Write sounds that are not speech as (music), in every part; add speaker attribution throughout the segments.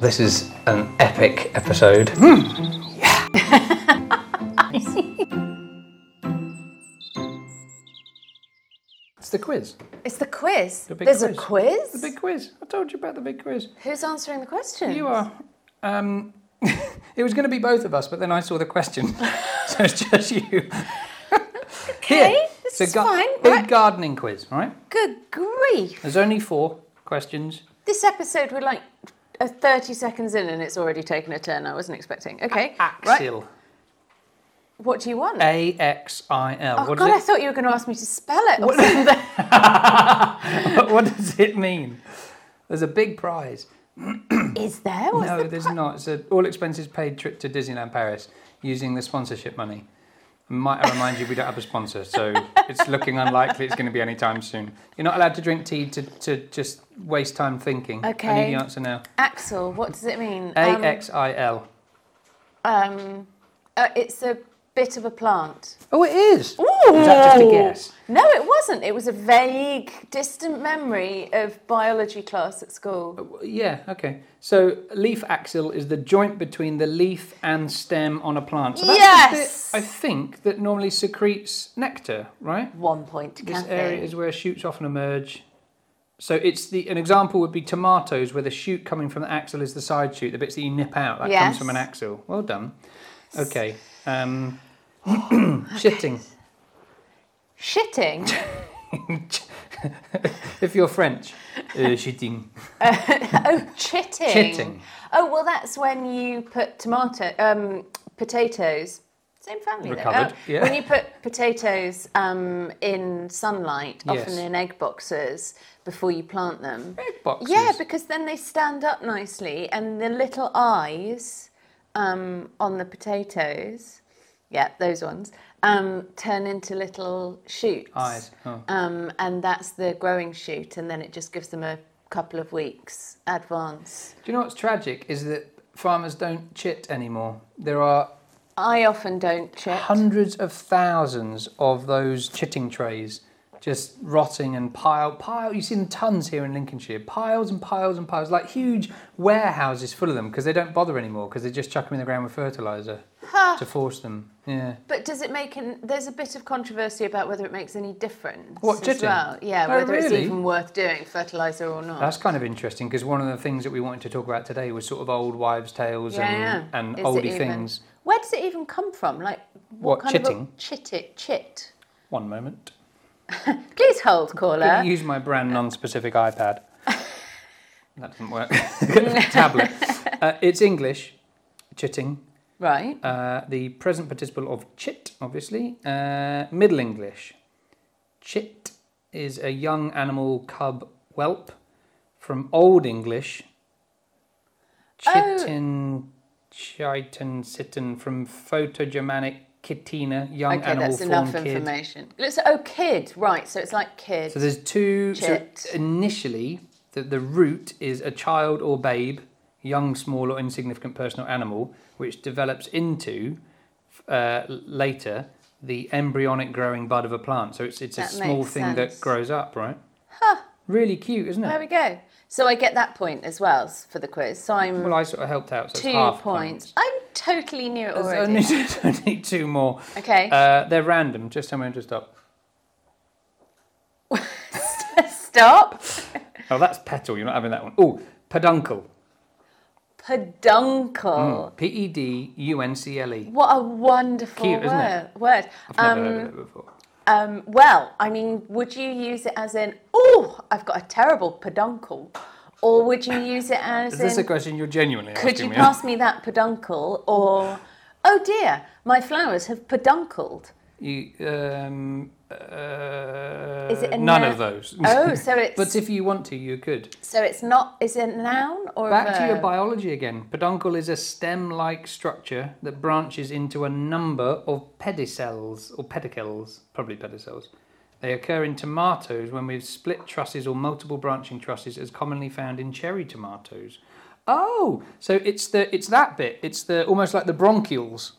Speaker 1: This is an epic episode. (laughs) it's the quiz.
Speaker 2: It's the quiz.
Speaker 1: big
Speaker 2: There's a
Speaker 1: quiz.
Speaker 2: quiz?
Speaker 1: The big quiz. I told you about the big quiz.
Speaker 2: Who's answering the question?
Speaker 1: You are. Um, (laughs) it was going to be both of us, but then I saw the question, (laughs) so it's just you.
Speaker 2: (laughs) Okay, this
Speaker 1: so
Speaker 2: is fine.
Speaker 1: Big
Speaker 2: Right.
Speaker 1: gardening quiz, all right?
Speaker 2: Good grief.
Speaker 1: There's only four questions.
Speaker 2: This episode, we're like uh, 30 seconds in and it's already taken a turn I wasn't expecting. Okay. Right.
Speaker 1: Axil.
Speaker 2: What do you want?
Speaker 1: A X I L.
Speaker 2: oh,
Speaker 1: Uh, What
Speaker 2: God, I
Speaker 1: does
Speaker 2: thought you were going to ask me to spell it. Or something.
Speaker 1: it? (laughs) What does it mean? There's a big prize.
Speaker 2: Is there? What's
Speaker 1: no,
Speaker 2: the
Speaker 1: there's
Speaker 2: pri-
Speaker 1: not. It's an all expenses paid trip to Disneyland Paris using the sponsorship money. Might I remind you, we don't have a sponsor,
Speaker 2: (laughs)
Speaker 1: so it's looking unlikely it's going to be any time soon. You're not allowed to drink tea to, to just waste time thinking. I
Speaker 2: Okay.
Speaker 1: need the answer now.
Speaker 2: Axel, what does it mean?
Speaker 1: A
Speaker 2: Um,
Speaker 1: X I L.
Speaker 2: um, uh, it's a bit of a plant.
Speaker 1: Oh, it is. Was that just a
Speaker 2: Ooh.
Speaker 1: guess?
Speaker 2: No, it wasn't. It was a vague, distant memory of biology class at school.
Speaker 1: Yeah, okay. So leaf axil is the joint between the leaf and stem on a plant. So that's
Speaker 2: Yes!
Speaker 1: the bit, I think, that normally secretes nectar, right?
Speaker 2: One point, to
Speaker 1: This
Speaker 2: Kathy.
Speaker 1: area is where shoots often emerge. So it's the an example would be tomatoes, where the shoot coming from the axil is the side shoot, the bits that you nip out. That comes
Speaker 2: Yes.
Speaker 1: from an axil. Well done. Okay.
Speaker 2: (coughs)
Speaker 1: Um, (coughs) shitting.
Speaker 2: Shitting.
Speaker 1: if you're
Speaker 2: (laughs)
Speaker 1: French, uh, shitting.
Speaker 2: Oh, chitting.
Speaker 1: Chitting.
Speaker 2: Oh, well, that's when you put tomato, um, potatoes. Same family. though.
Speaker 1: Recovered,
Speaker 2: Oh,
Speaker 1: yeah.
Speaker 2: When you put potatoes um, in sunlight,
Speaker 1: Yes.
Speaker 2: often in egg boxes, before you plant them.
Speaker 1: Egg boxes.
Speaker 2: Yeah, because then they stand up nicely, and the little eyes um, on the potatoes, yeah, those ones, um, turn into little shoots.
Speaker 1: Eyes. Oh.
Speaker 2: Um, and that's the growing shoot, and then it just gives them a couple of weeks advance.
Speaker 1: Do you know what's tragic is that farmers don't chit anymore. There are
Speaker 2: I often don't check.
Speaker 1: hundreds of thousands of those chitting trays just rotting and pile pile you've seen tons here in Lincolnshire piles and piles and piles like huge warehouses full of them because they don't bother anymore because they just chuck them in the ground with fertilizer to force them yeah
Speaker 2: But does it make an? There's a bit of controversy about whether it makes any difference
Speaker 1: What,
Speaker 2: as
Speaker 1: chitting?
Speaker 2: well. Yeah,
Speaker 1: Oh,
Speaker 2: whether it's
Speaker 1: really?
Speaker 2: even worth doing, fertilizer or not.
Speaker 1: that's kind of interesting because one of the things that we wanted to talk about today was sort of old wives tales
Speaker 2: Yeah,
Speaker 1: and,
Speaker 2: yeah.
Speaker 1: and
Speaker 2: Is it
Speaker 1: oldie
Speaker 2: even-
Speaker 1: things
Speaker 2: Where does it even come from? Like
Speaker 1: What,
Speaker 2: what, kind of
Speaker 1: chitting?
Speaker 2: a chit it chit?
Speaker 1: one moment
Speaker 2: Please hold,
Speaker 1: Couldn't
Speaker 2: caller.
Speaker 1: use my brand
Speaker 2: uh,
Speaker 1: non-specific
Speaker 2: (laughs)
Speaker 1: iPad. that doesn't work. (laughs) Tablet.
Speaker 2: (laughs)
Speaker 1: Uh, it's English. Chitting.
Speaker 2: Right.
Speaker 1: Uh, the present participle of chit, obviously. Uh, Middle English. Chit is a young animal cub whelp. From Old English.
Speaker 2: Oh.
Speaker 1: Chitin, chitin, sitten. From Photo-Germanic kitina, young
Speaker 2: Okay,
Speaker 1: animal
Speaker 2: that's enough
Speaker 1: form kid.
Speaker 2: information. Let's- oh, kid. Right. So it's like kid.
Speaker 1: So there's two. So
Speaker 2: Chit.
Speaker 1: initially, the, the root is a child or babe, young, small, or insignificant person or animal, which develops into uh, later the embryonic growing bud of a plant. So it's it's a
Speaker 2: That
Speaker 1: small
Speaker 2: makes
Speaker 1: thing that
Speaker 2: sense.
Speaker 1: grows up, right? Really cute, isn't
Speaker 2: there
Speaker 1: it?
Speaker 2: we go. So I get that point as well s- for the quiz. So I'm
Speaker 1: Well, I sort of helped out. So it's
Speaker 2: two
Speaker 1: half
Speaker 2: points. I totally knew it
Speaker 1: There's
Speaker 2: already.
Speaker 1: only, (laughs) there's only two more.
Speaker 2: Okay.
Speaker 1: Uh, they're random. Just tell me when to stop.
Speaker 2: (laughs) Stop.
Speaker 1: Oh, that's petal. You're not having that one. Oh, peduncle.
Speaker 2: Peduncle.
Speaker 1: P e d u n c l e.
Speaker 2: What a wonderful
Speaker 1: Cute,
Speaker 2: word.
Speaker 1: isn't it?
Speaker 2: Word.
Speaker 1: I've never
Speaker 2: Um,
Speaker 1: heard of it before.
Speaker 2: Um, well, I mean, would you use it as in, oh, I've got a terrible peduncle? Or would you use it as
Speaker 1: Is this a
Speaker 2: in,
Speaker 1: question you're genuinely
Speaker 2: could
Speaker 1: asking
Speaker 2: you
Speaker 1: me?
Speaker 2: pass me that peduncle? Or, oh dear, my flowers have pedunculed.
Speaker 1: (laughs) You, um, uh,
Speaker 2: Is it a
Speaker 1: none
Speaker 2: nou-
Speaker 1: of those. (laughs)
Speaker 2: Oh, so it's
Speaker 1: but if you want to, you could.
Speaker 2: so it's not. Is it a noun or a
Speaker 1: Back to your
Speaker 2: verb?
Speaker 1: biology again. Peduncle is a stem-like structure that branches into a number of pedicels or pedicels, probably pedicels. They occur in tomatoes when we've split trusses or multiple branching trusses, as commonly found in cherry tomatoes. Oh, so it's the it's that bit. It's the almost like the bronchioles.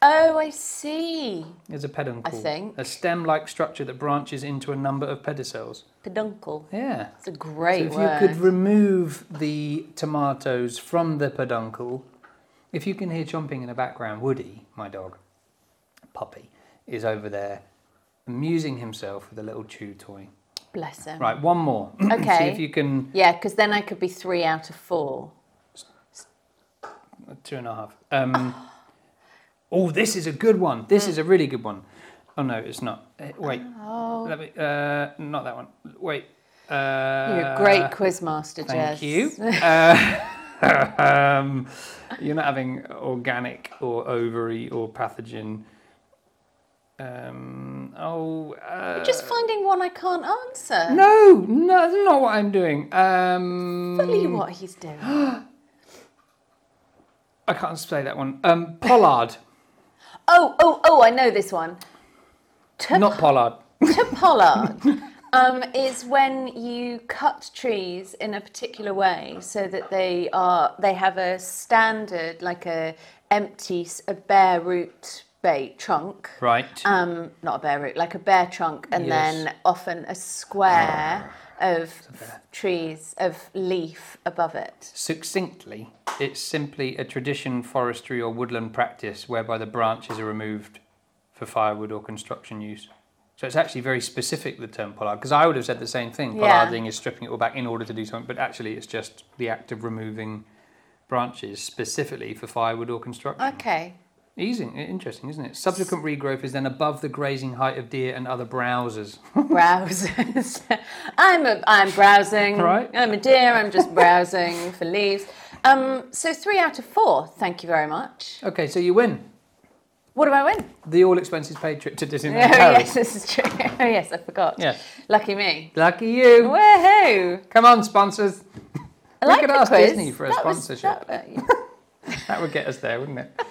Speaker 2: Oh, I see.
Speaker 1: It's a peduncle.
Speaker 2: I think.
Speaker 1: A stem like structure that branches into a number of pedicels.
Speaker 2: Peduncle.
Speaker 1: Yeah.
Speaker 2: It's a
Speaker 1: So
Speaker 2: great
Speaker 1: if
Speaker 2: word.
Speaker 1: you could remove the tomatoes from the peduncle, if you can hear chomping in the background, Woody, my dog, puppy, is over there amusing himself with a little chew toy.
Speaker 2: Bless him.
Speaker 1: Right, one more. (clears throat) See
Speaker 2: Okay.
Speaker 1: if you can.
Speaker 2: Yeah, because then I could be three out of four.
Speaker 1: uh, Two and a half. Um, oh, this is a good one. This
Speaker 2: Hmm.
Speaker 1: is a really good one. Oh, no, it's not. Eh, Wait.
Speaker 2: Oh,
Speaker 1: Let me, uh, not that one. Wait. Uh,
Speaker 2: you're a great quiz master,
Speaker 1: Thank
Speaker 2: Jez.
Speaker 1: you. Uh, (laughs) um, you're not having organic or ovary or pathogen. Um, oh. Uh,
Speaker 2: Just finding one I can't answer.
Speaker 1: no, no, that's not what I'm doing. Um,
Speaker 2: Fully what he's doing.
Speaker 1: I can't say that one. Um, pollard, (laughs)
Speaker 2: Oh, oh, oh, I know this one. To,
Speaker 1: not pollard.
Speaker 2: to pollard um, is when you cut trees in a particular way so that they are they have a standard like a empty s- a bare root bait trunk.
Speaker 1: Right.
Speaker 2: Um, not a bare root, like a bare trunk, and
Speaker 1: Yes. Ah,
Speaker 2: then often a square of trees of leaf above it.
Speaker 1: Succinctly, it's simply a tradition, forestry, or woodland practice whereby the branches are removed for firewood or construction use. So it's actually very specific, the term pollard, because I would have said the same thing.
Speaker 2: Yeah.
Speaker 1: Pollarding is stripping it all back in order to do something, but actually it's just the act of removing branches specifically for firewood or construction.
Speaker 2: Okay.
Speaker 1: Easy, interesting, isn't it? Subsequent regrowth is then above the grazing height of deer and other browsers.
Speaker 2: browsers. (laughs) I'm a, I'm browsing.
Speaker 1: Right.
Speaker 2: I'm a deer. I'm just browsing for leaves. Um, so three out of four. Thank you very much.
Speaker 1: okay, so you win
Speaker 2: What do I win?
Speaker 1: the all expenses paid trip to Disneyland
Speaker 2: (laughs) Oh,
Speaker 1: Paris.
Speaker 2: yes, this is true. (laughs) Oh yes, I forgot.
Speaker 1: Yes.
Speaker 2: Lucky me.
Speaker 1: Lucky you.
Speaker 2: Woohoo!
Speaker 1: Come on, sponsors.
Speaker 2: I like
Speaker 1: could
Speaker 2: the
Speaker 1: ask
Speaker 2: quiz.
Speaker 1: Disney for a
Speaker 2: That was-
Speaker 1: sponsorship.
Speaker 2: that- uh,
Speaker 1: That would get us there, wouldn't it? (laughs)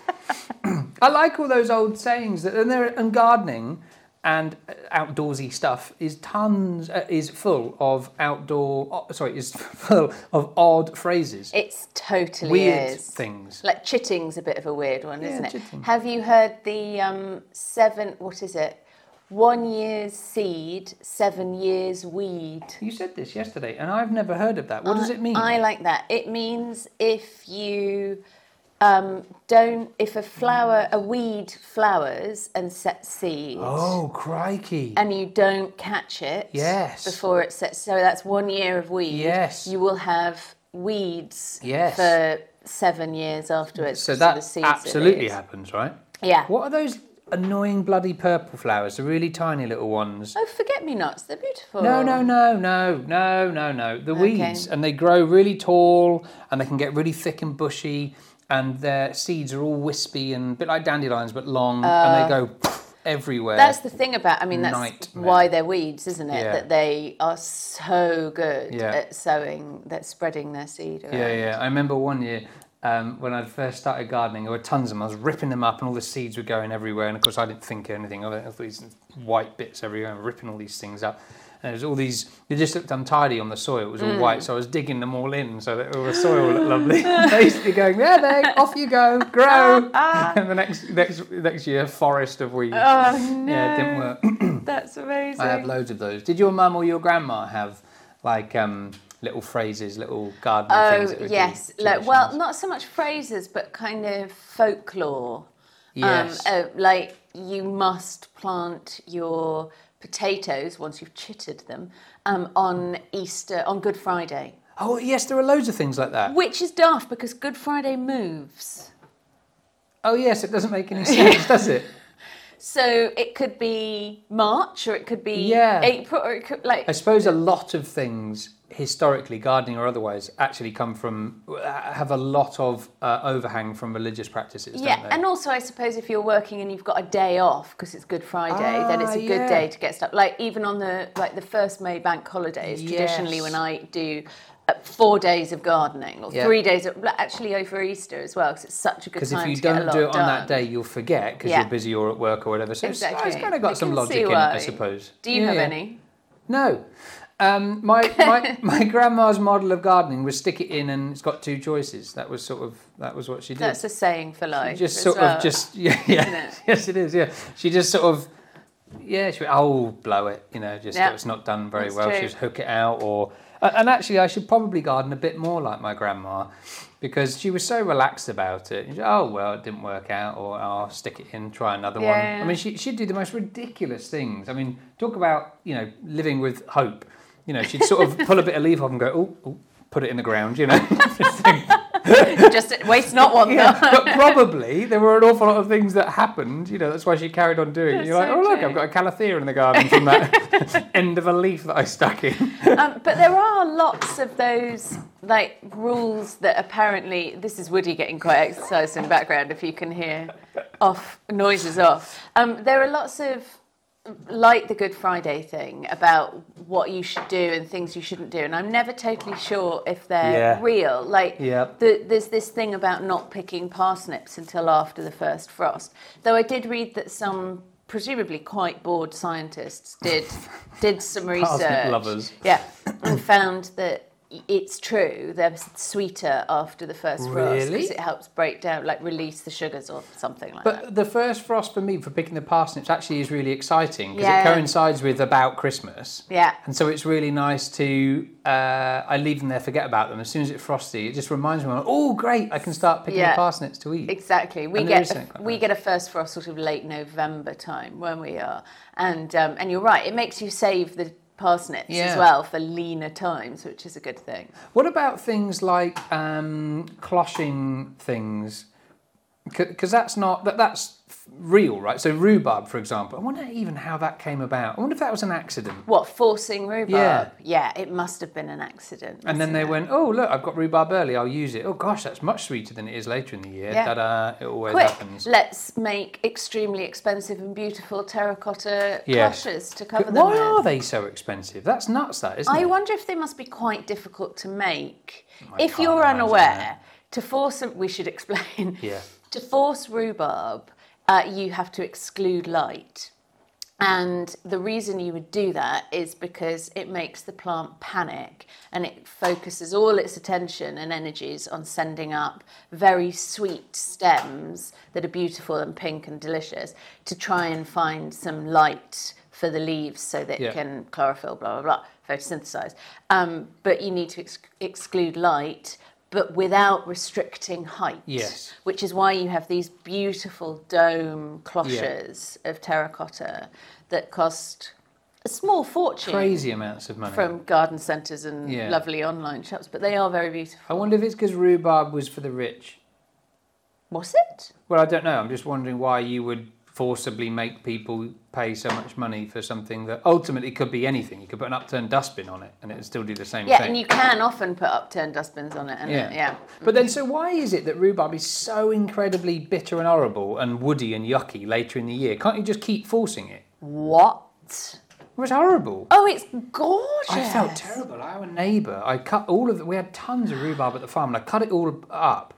Speaker 1: I like all those old sayings that, and, there, and gardening and uh, outdoorsy stuff is tons uh, is full of outdoor oh, sorry is (laughs) full of odd phrases,
Speaker 2: it's totally
Speaker 1: weird
Speaker 2: is.
Speaker 1: things.
Speaker 2: Like chitting's a bit of a weird one, isn't it?
Speaker 1: chitting.
Speaker 2: Have you heard the um, seven? What is it? One year's seed, seven years weed.
Speaker 1: You said this yesterday, and I've never heard of that. What does it mean?
Speaker 2: I like that. It means if you um, don't, if a flower, a weed flowers and sets seed,
Speaker 1: oh crikey!
Speaker 2: and you don't catch it,
Speaker 1: Yes.
Speaker 2: before it sets. So that's one year of weed.
Speaker 1: Yes.
Speaker 2: you will have weeds.
Speaker 1: Yes.
Speaker 2: for seven years afterwards.
Speaker 1: so
Speaker 2: because of the
Speaker 1: that
Speaker 2: seeds it
Speaker 1: absolutely
Speaker 2: is.
Speaker 1: happens, right?
Speaker 2: Yeah.
Speaker 1: What are those annoying bloody purple flowers? The really tiny little ones.
Speaker 2: Oh, forget me nots. They're beautiful.
Speaker 1: No, no, no, no, no, no, no. The
Speaker 2: Okay.
Speaker 1: weeds, and they grow really tall, and they can get really thick and bushy, and their seeds are all wispy and a bit like dandelions, but long, and they go everywhere.
Speaker 2: Uh, That's the thing about. I mean, that's
Speaker 1: Nightmare.
Speaker 2: why they're weeds, isn't it?
Speaker 1: Yeah.
Speaker 2: That they are so good
Speaker 1: Yeah.
Speaker 2: at sowing, that spreading their seed. Around.
Speaker 1: yeah, yeah. I remember one year um, when I first started gardening, there were tons of them. I was ripping them up, and all the seeds were going everywhere. And of course, I didn't think anything of it. I thought these white bits everywhere, and ripping all these things up. And there's all these. They just looked untidy on the soil. It was all
Speaker 2: Mm.
Speaker 1: white, so I was digging them all in, so that all the soil looked lovely. (laughs) Basically, going there,
Speaker 2: (laughs)
Speaker 1: there, off you go, grow. (laughs) and the next, next, next year, forest of weeds.
Speaker 2: Ah, Oh no,
Speaker 1: Yeah, it didn't work.
Speaker 2: that's amazing.
Speaker 1: I have loads of those. Did your mum or your grandma have like um, little phrases, little gardening things?
Speaker 2: oh
Speaker 1: that we do,
Speaker 2: yes, like, well,
Speaker 1: traditions?
Speaker 2: not so much phrases, but kind of folklore.
Speaker 1: yes.
Speaker 2: Um, uh, like you must plant your potatoes once you've chitted them um, on Easter on Good Friday,
Speaker 1: oh yes, there are loads of things like that.
Speaker 2: which is daft because Good Friday moves.
Speaker 1: Oh yes, it doesn't
Speaker 2: (laughs)
Speaker 1: make any sense, does it?
Speaker 2: So it could be March, or it could be
Speaker 1: Yeah.
Speaker 2: April, or it could like
Speaker 1: I suppose a lot of things historically, gardening or otherwise, actually come from uh, have a lot of uh, overhang from religious practices.
Speaker 2: yeah.
Speaker 1: don't they?
Speaker 2: And also, I suppose if you're working and you've got a day off because it's Good Friday, then it's
Speaker 1: Ah,
Speaker 2: a good
Speaker 1: yeah.
Speaker 2: day to get stuff. Like even on the like the first May bank holiday is traditionally
Speaker 1: Yes.
Speaker 2: when I do. uh, Four days of gardening, or
Speaker 1: Yeah.
Speaker 2: three days, of, but actually over Easter as well, because it's such a good
Speaker 1: because
Speaker 2: time
Speaker 1: if you
Speaker 2: to get a
Speaker 1: don't
Speaker 2: lot
Speaker 1: do it on
Speaker 2: done.
Speaker 1: that day, you'll forget because
Speaker 2: Yeah.
Speaker 1: you're busy or at work or whatever. So it's-
Speaker 2: Exactly.
Speaker 1: it's, kind of got
Speaker 2: I
Speaker 1: some
Speaker 2: can
Speaker 1: logic
Speaker 2: see
Speaker 1: in it, I
Speaker 2: why.
Speaker 1: suppose.
Speaker 2: Do you
Speaker 1: Yeah,
Speaker 2: have
Speaker 1: yeah.
Speaker 2: any?
Speaker 1: No. Um, my, my my grandma's model of gardening was stick it in and it's got two choices. That was sort of that was what she did.
Speaker 2: That's a saying for life.
Speaker 1: just
Speaker 2: as
Speaker 1: sort
Speaker 2: well.
Speaker 1: of just (laughs) yeah, yeah.
Speaker 2: it?
Speaker 1: yes it is yeah. She just sort of yeah she went, oh blow it you know just
Speaker 2: Yeah.
Speaker 1: it was not done very
Speaker 2: That's
Speaker 1: well. She
Speaker 2: true.
Speaker 1: was hook it out or and and actually I should probably garden a bit more like my grandma because she was so relaxed about it. She- oh well it didn't work out or oh, I'll stick it in try another
Speaker 2: Yeah.
Speaker 1: one. I mean she she'd do the most ridiculous things. I mean talk about you know living with hope. You know she'd sort of pull a bit of leaf off and go oh. oh Put it in the ground, you know.
Speaker 2: (laughs) just waste not (laughs)
Speaker 1: (laughs)
Speaker 2: want
Speaker 1: Yeah,
Speaker 2: them.
Speaker 1: but probably there were an awful lot of things that happened. You know, that's why she carried on doing it.
Speaker 2: That's
Speaker 1: You're like,
Speaker 2: so
Speaker 1: oh look,
Speaker 2: true.
Speaker 1: I've got a calathea in the garden from that
Speaker 2: (laughs)
Speaker 1: end of a leaf that I stuck in.
Speaker 2: Um, but there are lots of those like rules that apparently this is Woody getting quite exercised in the background. If you can hear off noises off, um, there are lots of like the Good Friday thing about what you should do and things you shouldn't do, and I'm never totally sure if they're
Speaker 1: Yeah.
Speaker 2: real. Like
Speaker 1: Yep.
Speaker 2: the, there's this thing about not picking parsnips until after the first frost. Though I did read that some presumably quite bored scientists did did some
Speaker 1: (laughs)
Speaker 2: research.
Speaker 1: Parsnip lovers.
Speaker 2: Yeah, and found that it's true. They're sweeter after the first frost
Speaker 1: Really?
Speaker 2: because it helps break down, like release the sugars or something like that.
Speaker 1: (laughs) But the first frost for me for picking the parsnips actually is really exciting because
Speaker 2: Yeah.
Speaker 1: it coincides with about Christmas.
Speaker 2: Yeah.
Speaker 1: And so it's really nice to uh, I leave them there, forget about them. As soon as it's frosty, it just reminds me, oh great, I can start picking
Speaker 2: Yeah.
Speaker 1: the parsnips to eat.
Speaker 2: Exactly. We
Speaker 1: And there
Speaker 2: get
Speaker 1: is something
Speaker 2: a,
Speaker 1: like
Speaker 2: we
Speaker 1: that.
Speaker 2: get a first frost sort of late November time when we are, and um, and you're right. It makes you save the parsnips as
Speaker 1: Yeah.
Speaker 2: well for leaner times, which is a good thing.
Speaker 1: What about things like um, closhing things? Because that's not that, that's f- real, right? So rhubarb, for example. I wonder even how that came about. I wonder if that was an accident.
Speaker 2: What forcing rhubarb? Yeah, it must have been an accident.
Speaker 1: And then
Speaker 2: mustn't
Speaker 1: they
Speaker 2: it?
Speaker 1: went, oh look, I've got rhubarb early. I'll use it. Oh gosh, that's much sweeter than it is later in the year.
Speaker 2: Yeah.
Speaker 1: Da-da, it always
Speaker 2: Quick,
Speaker 1: happens.
Speaker 2: let's make extremely expensive and beautiful terracotta
Speaker 1: Yes.
Speaker 2: cloches to cover
Speaker 1: But
Speaker 2: them.
Speaker 1: why
Speaker 2: with.
Speaker 1: are they so expensive? That's nuts. That isn't
Speaker 2: I
Speaker 1: it?
Speaker 2: wonder if they must be quite difficult to make.
Speaker 1: I
Speaker 2: if
Speaker 1: can't
Speaker 2: you're
Speaker 1: imagine
Speaker 2: unaware, to force a, we should (laughs) explain.
Speaker 1: Yeah.
Speaker 2: To force rhubarb, uh, you have to exclude light. And the reason you would do that is because it makes the plant panic and it focuses all its attention and energies on sending up very sweet stems that are beautiful and pink and delicious to try and find some light for the leaves so that
Speaker 1: Yeah.
Speaker 2: it can chlorophyll, blah, blah, blah, photosynthesize. Um, but you need to ex- exclude light, but without restricting height.
Speaker 1: Yes.
Speaker 2: Which is why you have these beautiful dome cloches of terracotta that cost a small fortune
Speaker 1: Crazy amounts of money.
Speaker 2: from garden centres and
Speaker 1: Yeah.
Speaker 2: lovely online shops, but they are very beautiful.
Speaker 1: I wonder if it's because rhubarb was for the rich.
Speaker 2: Was it?
Speaker 1: Well, I don't know. I'm just wondering why you would forcibly make people pay so much money for something that ultimately could be anything. You could put an upturned dustbin on it and it would still do the same
Speaker 2: Yeah,
Speaker 1: thing.
Speaker 2: and you can often put upturned dustbins on it, and yeah.
Speaker 1: Yeah. But then, so why is it that rhubarb is so incredibly bitter and horrible and woody and yucky later in the year? Can't you just keep forcing it?
Speaker 2: What?
Speaker 1: It was horrible.
Speaker 2: Oh, it's gorgeous.
Speaker 1: I felt terrible. I have a neighbour. I cut all of the, we had tons of rhubarb at the farm, and I cut it all up,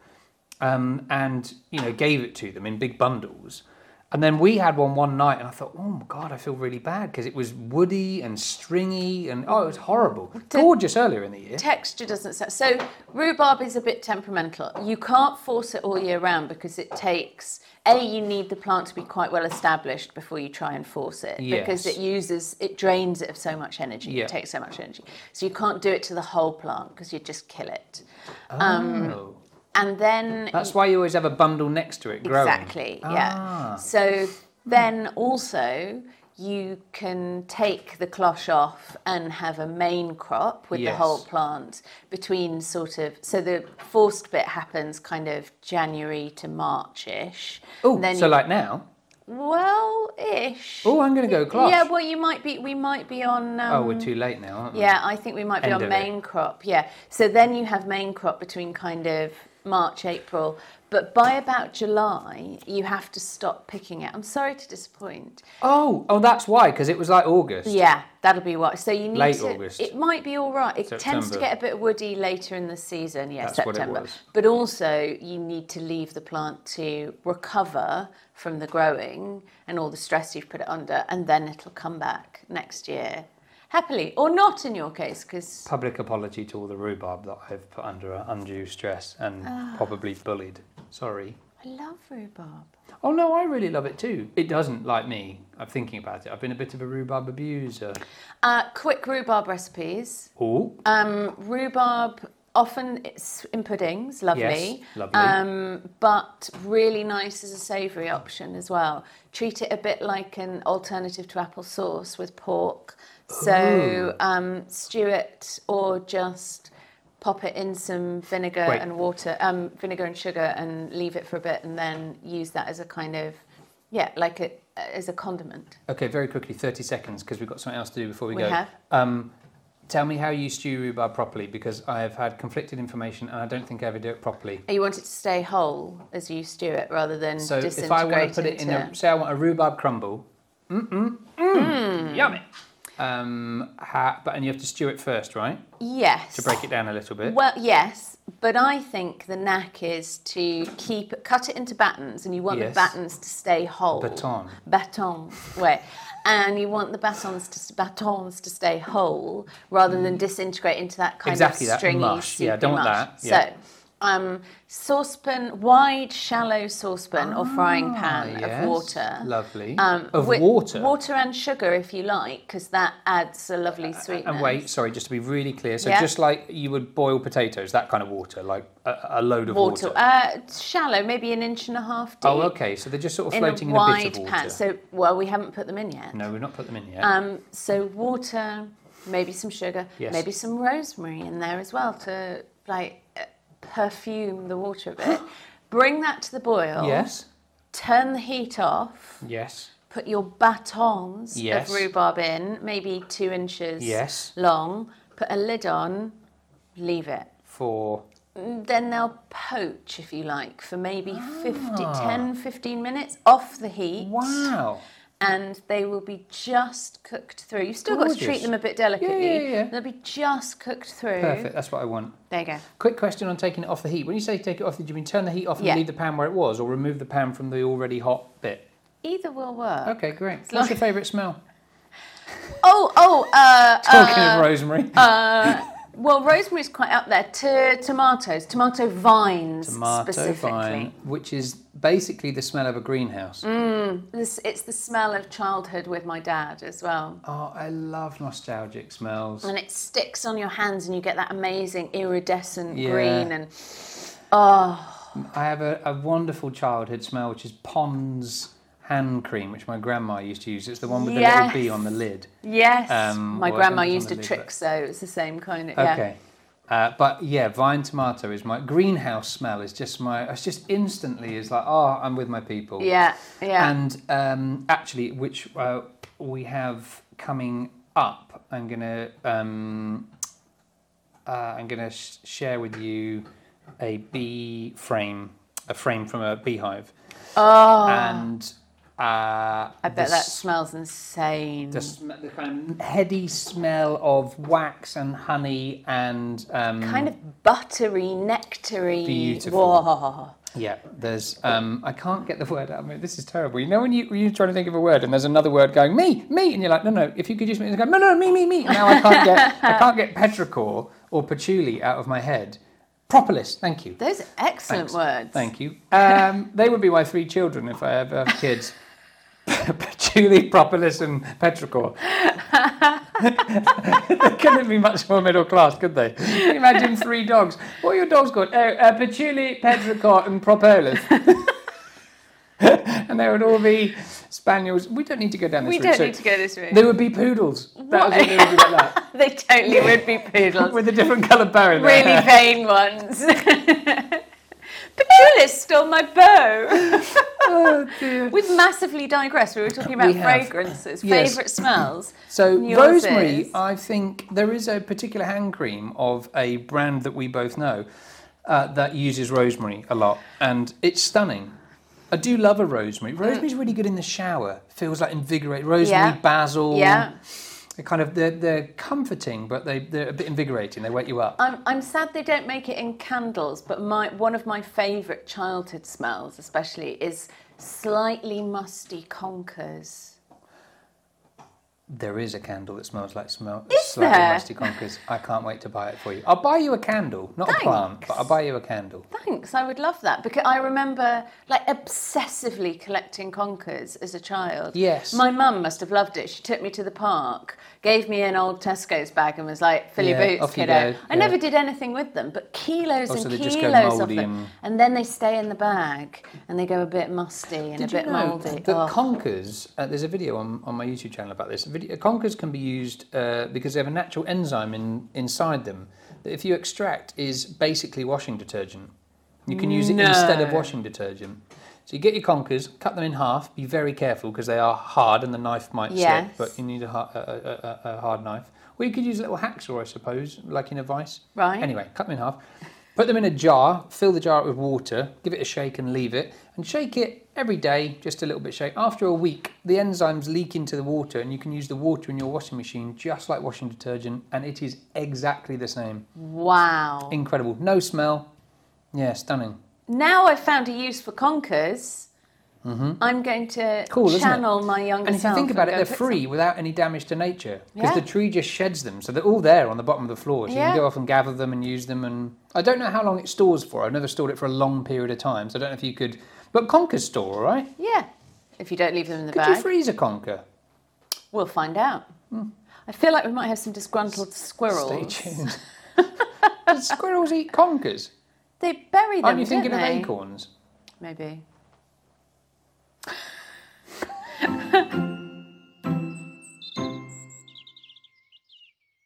Speaker 1: um, and you know gave it to them in big bundles. And then we had one one night, and I thought, oh my god, I feel really bad because it was woody and stringy, and oh, it was horrible. Gorgeous earlier in the year.
Speaker 2: texture doesn't set. So rhubarb is a bit temperamental. You can't force it all year round because it takes a. You need the plant to be quite well established before you try and force it because
Speaker 1: Yes.
Speaker 2: it uses it drains it of so much energy.
Speaker 1: Yeah.
Speaker 2: It takes so much energy, so you can't do it to the whole plant because you just kill it. um,
Speaker 1: oh.
Speaker 2: And then
Speaker 1: That's why you always have a bundle next to it growing. Ah.
Speaker 2: Exactly, yeah. So then also you can take the cloche off and have a main crop with the
Speaker 1: Yes.
Speaker 2: whole plant between sort of so the forced bit happens kind of January to March ish.
Speaker 1: Oh,
Speaker 2: then
Speaker 1: so
Speaker 2: you-
Speaker 1: like now.
Speaker 2: well ish.
Speaker 1: Oh, I'm going to go closh.
Speaker 2: Yeah, well you might be we might be on um,
Speaker 1: oh, we're too late now, aren't we?
Speaker 2: yeah, I think we might be
Speaker 1: End
Speaker 2: on
Speaker 1: of it.
Speaker 2: main crop. Yeah. So then you have main crop between kind of March, April. But by about July, you have to stop picking it. I'm sorry to disappoint.
Speaker 1: Oh, oh, that's why because it was like August.
Speaker 2: Yeah, that'll be what. So you need
Speaker 1: Late
Speaker 2: to.
Speaker 1: August.
Speaker 2: It might be all right. It tends to
Speaker 1: September.
Speaker 2: get a bit woody later in the season. Yeah,
Speaker 1: That's what it
Speaker 2: September.
Speaker 1: was.
Speaker 2: But also, you need to leave the plant to recover from the growing and all the stress you've put it under, and then it'll come back next year. happily or not in your case because
Speaker 1: Public apology to all the rhubarb that I've put under uh, undue stress and
Speaker 2: Ah.
Speaker 1: probably bullied. Sorry.
Speaker 2: I love rhubarb.
Speaker 1: Oh no, I really love it too. It doesn't like me. I'm thinking about it. I've been a bit of a rhubarb abuser.
Speaker 2: Uh, quick rhubarb recipes.
Speaker 1: Oh,
Speaker 2: Um, rhubarb often it's in puddings, lovely.
Speaker 1: Yes, lovely.
Speaker 2: Um, but really nice as a savoury option as well. Treat it a bit like an alternative to apple sauce with pork. So um, stew it or just pop it in some vinegar
Speaker 1: Wait.
Speaker 2: and water, um, vinegar and sugar, and leave it for a bit, and then use that as a kind of yeah, like a as a condiment.
Speaker 1: okay. Very quickly, thirty seconds because we've got something else to do before we,
Speaker 2: We
Speaker 1: go.
Speaker 2: have.
Speaker 1: Um, tell me how you stew rhubarb properly because I have had conflicted information and I don't think I ever do it properly.
Speaker 2: You want it to stay whole as you stew it rather than
Speaker 1: So if
Speaker 2: disintegrate
Speaker 1: I want to put it in
Speaker 2: into-
Speaker 1: a say I want a rhubarb crumble, mm
Speaker 2: Hmm.
Speaker 1: mm mm, yummy. Um, ha, but and you have to stew it first, right?
Speaker 2: Yes.
Speaker 1: To break it down a little bit.
Speaker 2: Well, yes, but I think the knack is to keep cut it into battens, and you want
Speaker 1: Yes.
Speaker 2: the battens to stay whole.
Speaker 1: Baton.
Speaker 2: Batons, wait, and you want the batons to batons to stay whole rather than disintegrate into that kind
Speaker 1: Mm. Exactly
Speaker 2: of
Speaker 1: that
Speaker 2: stringy
Speaker 1: mush. Yeah, I
Speaker 2: soupy
Speaker 1: don't want
Speaker 2: mush.
Speaker 1: that. Yeah.
Speaker 2: So. Um, saucepan, wide, shallow saucepan or frying pan
Speaker 1: Ah, yes.
Speaker 2: of water.
Speaker 1: Lovely.
Speaker 2: Um,
Speaker 1: Of
Speaker 2: wi-
Speaker 1: water?
Speaker 2: Water and sugar if you like, because that adds a lovely sweetness.
Speaker 1: And wait, sorry, just to be really clear. So
Speaker 2: Yeah.
Speaker 1: just like you would boil potatoes, that kind of water, like a, a load of water.
Speaker 2: water. Uh, shallow, maybe an inch and a half deep.
Speaker 1: oh, okay. So they're just sort of
Speaker 2: In a
Speaker 1: floating in a,
Speaker 2: wide
Speaker 1: bit of water.
Speaker 2: pan. So, well, we haven't put them in yet.
Speaker 1: no, we've not put them in yet.
Speaker 2: Um, so water, maybe some sugar,
Speaker 1: Yes.
Speaker 2: maybe some rosemary in there as well to like uh, perfume the water a
Speaker 1: (gasps)
Speaker 2: bit. Bring that to the boil.
Speaker 1: yes.
Speaker 2: Turn the heat off.
Speaker 1: Yes.
Speaker 2: Put your batons
Speaker 1: Yes.
Speaker 2: of rhubarb in, maybe two inches
Speaker 1: Yes.
Speaker 2: long. Put a lid on. Leave it.
Speaker 1: For
Speaker 2: Then they'll poach, if you like, for maybe 50, 10, 15 minutes off the heat.
Speaker 1: Ah. wow.
Speaker 2: And they will be just cooked through. You've still got to treat
Speaker 1: Gorgeous.
Speaker 2: them a bit delicately.
Speaker 1: yeah.
Speaker 2: They'll be just cooked through.
Speaker 1: Perfect. That's what I want.
Speaker 2: There you go.
Speaker 1: Quick question on taking it off the heat. When you say take it off, did you mean turn the heat off and
Speaker 2: Yeah.
Speaker 1: leave the pan where it was, or remove the pan from the already hot bit?
Speaker 2: Either will work.
Speaker 1: Okay, great. What's
Speaker 2: Uh, like-
Speaker 1: your favourite smell?
Speaker 2: Oh, oh, (laughs) uh,
Speaker 1: (laughs) Talking of rosemary.
Speaker 2: well, rosemary's quite up there. T- tomatoes, tomato vines
Speaker 1: Tomato
Speaker 2: specifically.
Speaker 1: vine, which is basically the smell of a greenhouse.
Speaker 2: Mm. This, it's the smell of childhood with my dad as well.
Speaker 1: Oh, I love nostalgic smells.
Speaker 2: and it sticks on your hands and you get that amazing iridescent
Speaker 1: Yeah.
Speaker 2: green and oh
Speaker 1: I have a, a wonderful childhood smell, which is Pond's hand cream, which my grandma used to use. It's the one with
Speaker 2: Yes.
Speaker 1: the little bee on the lid.
Speaker 2: yes
Speaker 1: Um,
Speaker 2: my
Speaker 1: well,
Speaker 2: grandma
Speaker 1: I don't
Speaker 2: used a
Speaker 1: wanna leave
Speaker 2: trick
Speaker 1: it.
Speaker 2: so it's the same kind of yeah
Speaker 1: Okay. Uh, but yeah, vine tomato is my greenhouse smell. Is just my. It's just instantly is like, oh, I'm with my people.
Speaker 2: yeah yeah
Speaker 1: And um, actually, which uh, we have coming up, I'm gonna um, uh, I'm gonna sh- share with you a bee frame, a frame from a beehive,
Speaker 2: oh
Speaker 1: and uh, I
Speaker 2: i bet that smells insane
Speaker 1: the, sm- the kind of heady smell of wax and honey and um,
Speaker 2: kind of buttery nectary
Speaker 1: Beautiful.
Speaker 2: Whoa.
Speaker 1: yeah. There's um, I can't get the (laughs) word out. I mean, this is terrible. You know when you when you're trying to think of a word and there's another word going me me and you're like no no if you could just me go no no me me me. Now I can't get I can't get petrichor or patchouli out of my head. Propolis, thank you.
Speaker 2: those are excellent
Speaker 1: Thanks.
Speaker 2: words
Speaker 1: Thank you. Um, they would be my three children if I ever have kids. (laughs) Patchouli, Propolis, and Petrichor. (laughs) they couldn't be much more middle class, could they? Can you imagine three dogs? What are your dogs called? Oh, uh, Patchouli, Petrichor, and Propolis. (laughs) and they would all be spaniels. We don't need to go down this
Speaker 2: we
Speaker 1: route.
Speaker 2: don't
Speaker 1: So
Speaker 2: need to go this route
Speaker 1: They would be poodles. That was what they would be
Speaker 2: (laughs)
Speaker 1: like that.
Speaker 2: they totally would be poodles
Speaker 1: With a different colour bow in their
Speaker 2: really
Speaker 1: hair.
Speaker 2: vain ones (laughs) Petulis stole my bow.
Speaker 1: (laughs) Oh, dear.
Speaker 2: We've massively digressed. We were talking about
Speaker 1: We have.
Speaker 2: fragrances,
Speaker 1: Yes.
Speaker 2: favourite smells.
Speaker 1: So
Speaker 2: Yours
Speaker 1: rosemary,
Speaker 2: is-
Speaker 1: I think there is a particular hand cream of a brand that we both know uh, that uses rosemary a lot, and it's stunning. I do love a rosemary. Rosemary's really good in the shower. Feels like invigorating. Rosemary,
Speaker 2: Yeah.
Speaker 1: basil.
Speaker 2: Yeah.
Speaker 1: They're kind of they're, they're comforting, but they they're a bit invigorating. They wake you up.
Speaker 2: I'm, I'm sad they don't make it in candles, but my one of my favourite childhood smells, especially, is slightly musty conkers.
Speaker 1: There is a candle that smells like smell,
Speaker 2: Is
Speaker 1: slightly
Speaker 2: there?
Speaker 1: rusty conkers. I can't wait to buy it for you. I'll buy you a candle, not a plant, but I'll buy you a candle.
Speaker 2: Thanks, I would love that because I remember like obsessively collecting conkers as a child.
Speaker 1: Yes.
Speaker 2: My mum must have loved it. She took me to the park, gave me an old Tesco's bag and was like, fill
Speaker 1: Yeah,
Speaker 2: your boots,
Speaker 1: off you
Speaker 2: kiddo.
Speaker 1: go,
Speaker 2: I
Speaker 1: yeah.
Speaker 2: never did anything with them, but kilos
Speaker 1: Oh,
Speaker 2: and
Speaker 1: so they
Speaker 2: kilos
Speaker 1: just go
Speaker 2: of
Speaker 1: mouldy
Speaker 2: them.
Speaker 1: and-
Speaker 2: And... then they stay in the bag and they go a bit musty and a bit mouldy.
Speaker 1: that
Speaker 2: Oh.
Speaker 1: conkers? Uh, there's a video on, on my YouTube channel about this. Video, conkers can be used uh, because they have a natural enzyme in, inside them that, if you extract, is basically washing detergent. You can use it instead of
Speaker 2: No.
Speaker 1: washing detergent. So you get your conkers, cut them in half. Be very careful because they are hard and the knife might
Speaker 2: Yes.
Speaker 1: slip. But you need a, har- a, a, a, a hard knife, or you could use a little hacksaw, I suppose, like in a vice.
Speaker 2: Right.
Speaker 1: Anyway, cut them in half. Put them in a jar, fill the jar up with water, give it a shake and leave it. And shake it every day, just a little bit shake. After a week, the enzymes leak into the water and you can use the water in your washing machine just like washing detergent and it is exactly the same.
Speaker 2: Wow.
Speaker 1: Incredible. No smell. Yeah, stunning.
Speaker 2: Now I've found a use for conkers. I'm going to
Speaker 1: Mm-hmm. Cool, isn't it?
Speaker 2: channel my younger
Speaker 1: And if you
Speaker 2: self
Speaker 1: think about it,
Speaker 2: go
Speaker 1: they're
Speaker 2: pick
Speaker 1: free without any damage to nature because
Speaker 2: Yeah.
Speaker 1: the tree just sheds them, so they're all there on the bottom of the floor. So you
Speaker 2: Yeah.
Speaker 1: can go off and gather them and use them. And I don't know how long it stores for. I've never stored it for a long period of time, so I don't know if you could. But conkers store, all right?
Speaker 2: some. Yeah. If you don't leave them in the
Speaker 1: Could
Speaker 2: bag.
Speaker 1: you freeze a conker?
Speaker 2: We'll find out. I feel like we might have some disgruntled squirrels.
Speaker 1: Hmm. Stay tuned. (laughs) Does squirrels eat conkers?
Speaker 2: (laughs) They bury them.
Speaker 1: Aren't you
Speaker 2: don't
Speaker 1: thinking of
Speaker 2: they?
Speaker 1: acorns?
Speaker 2: Maybe.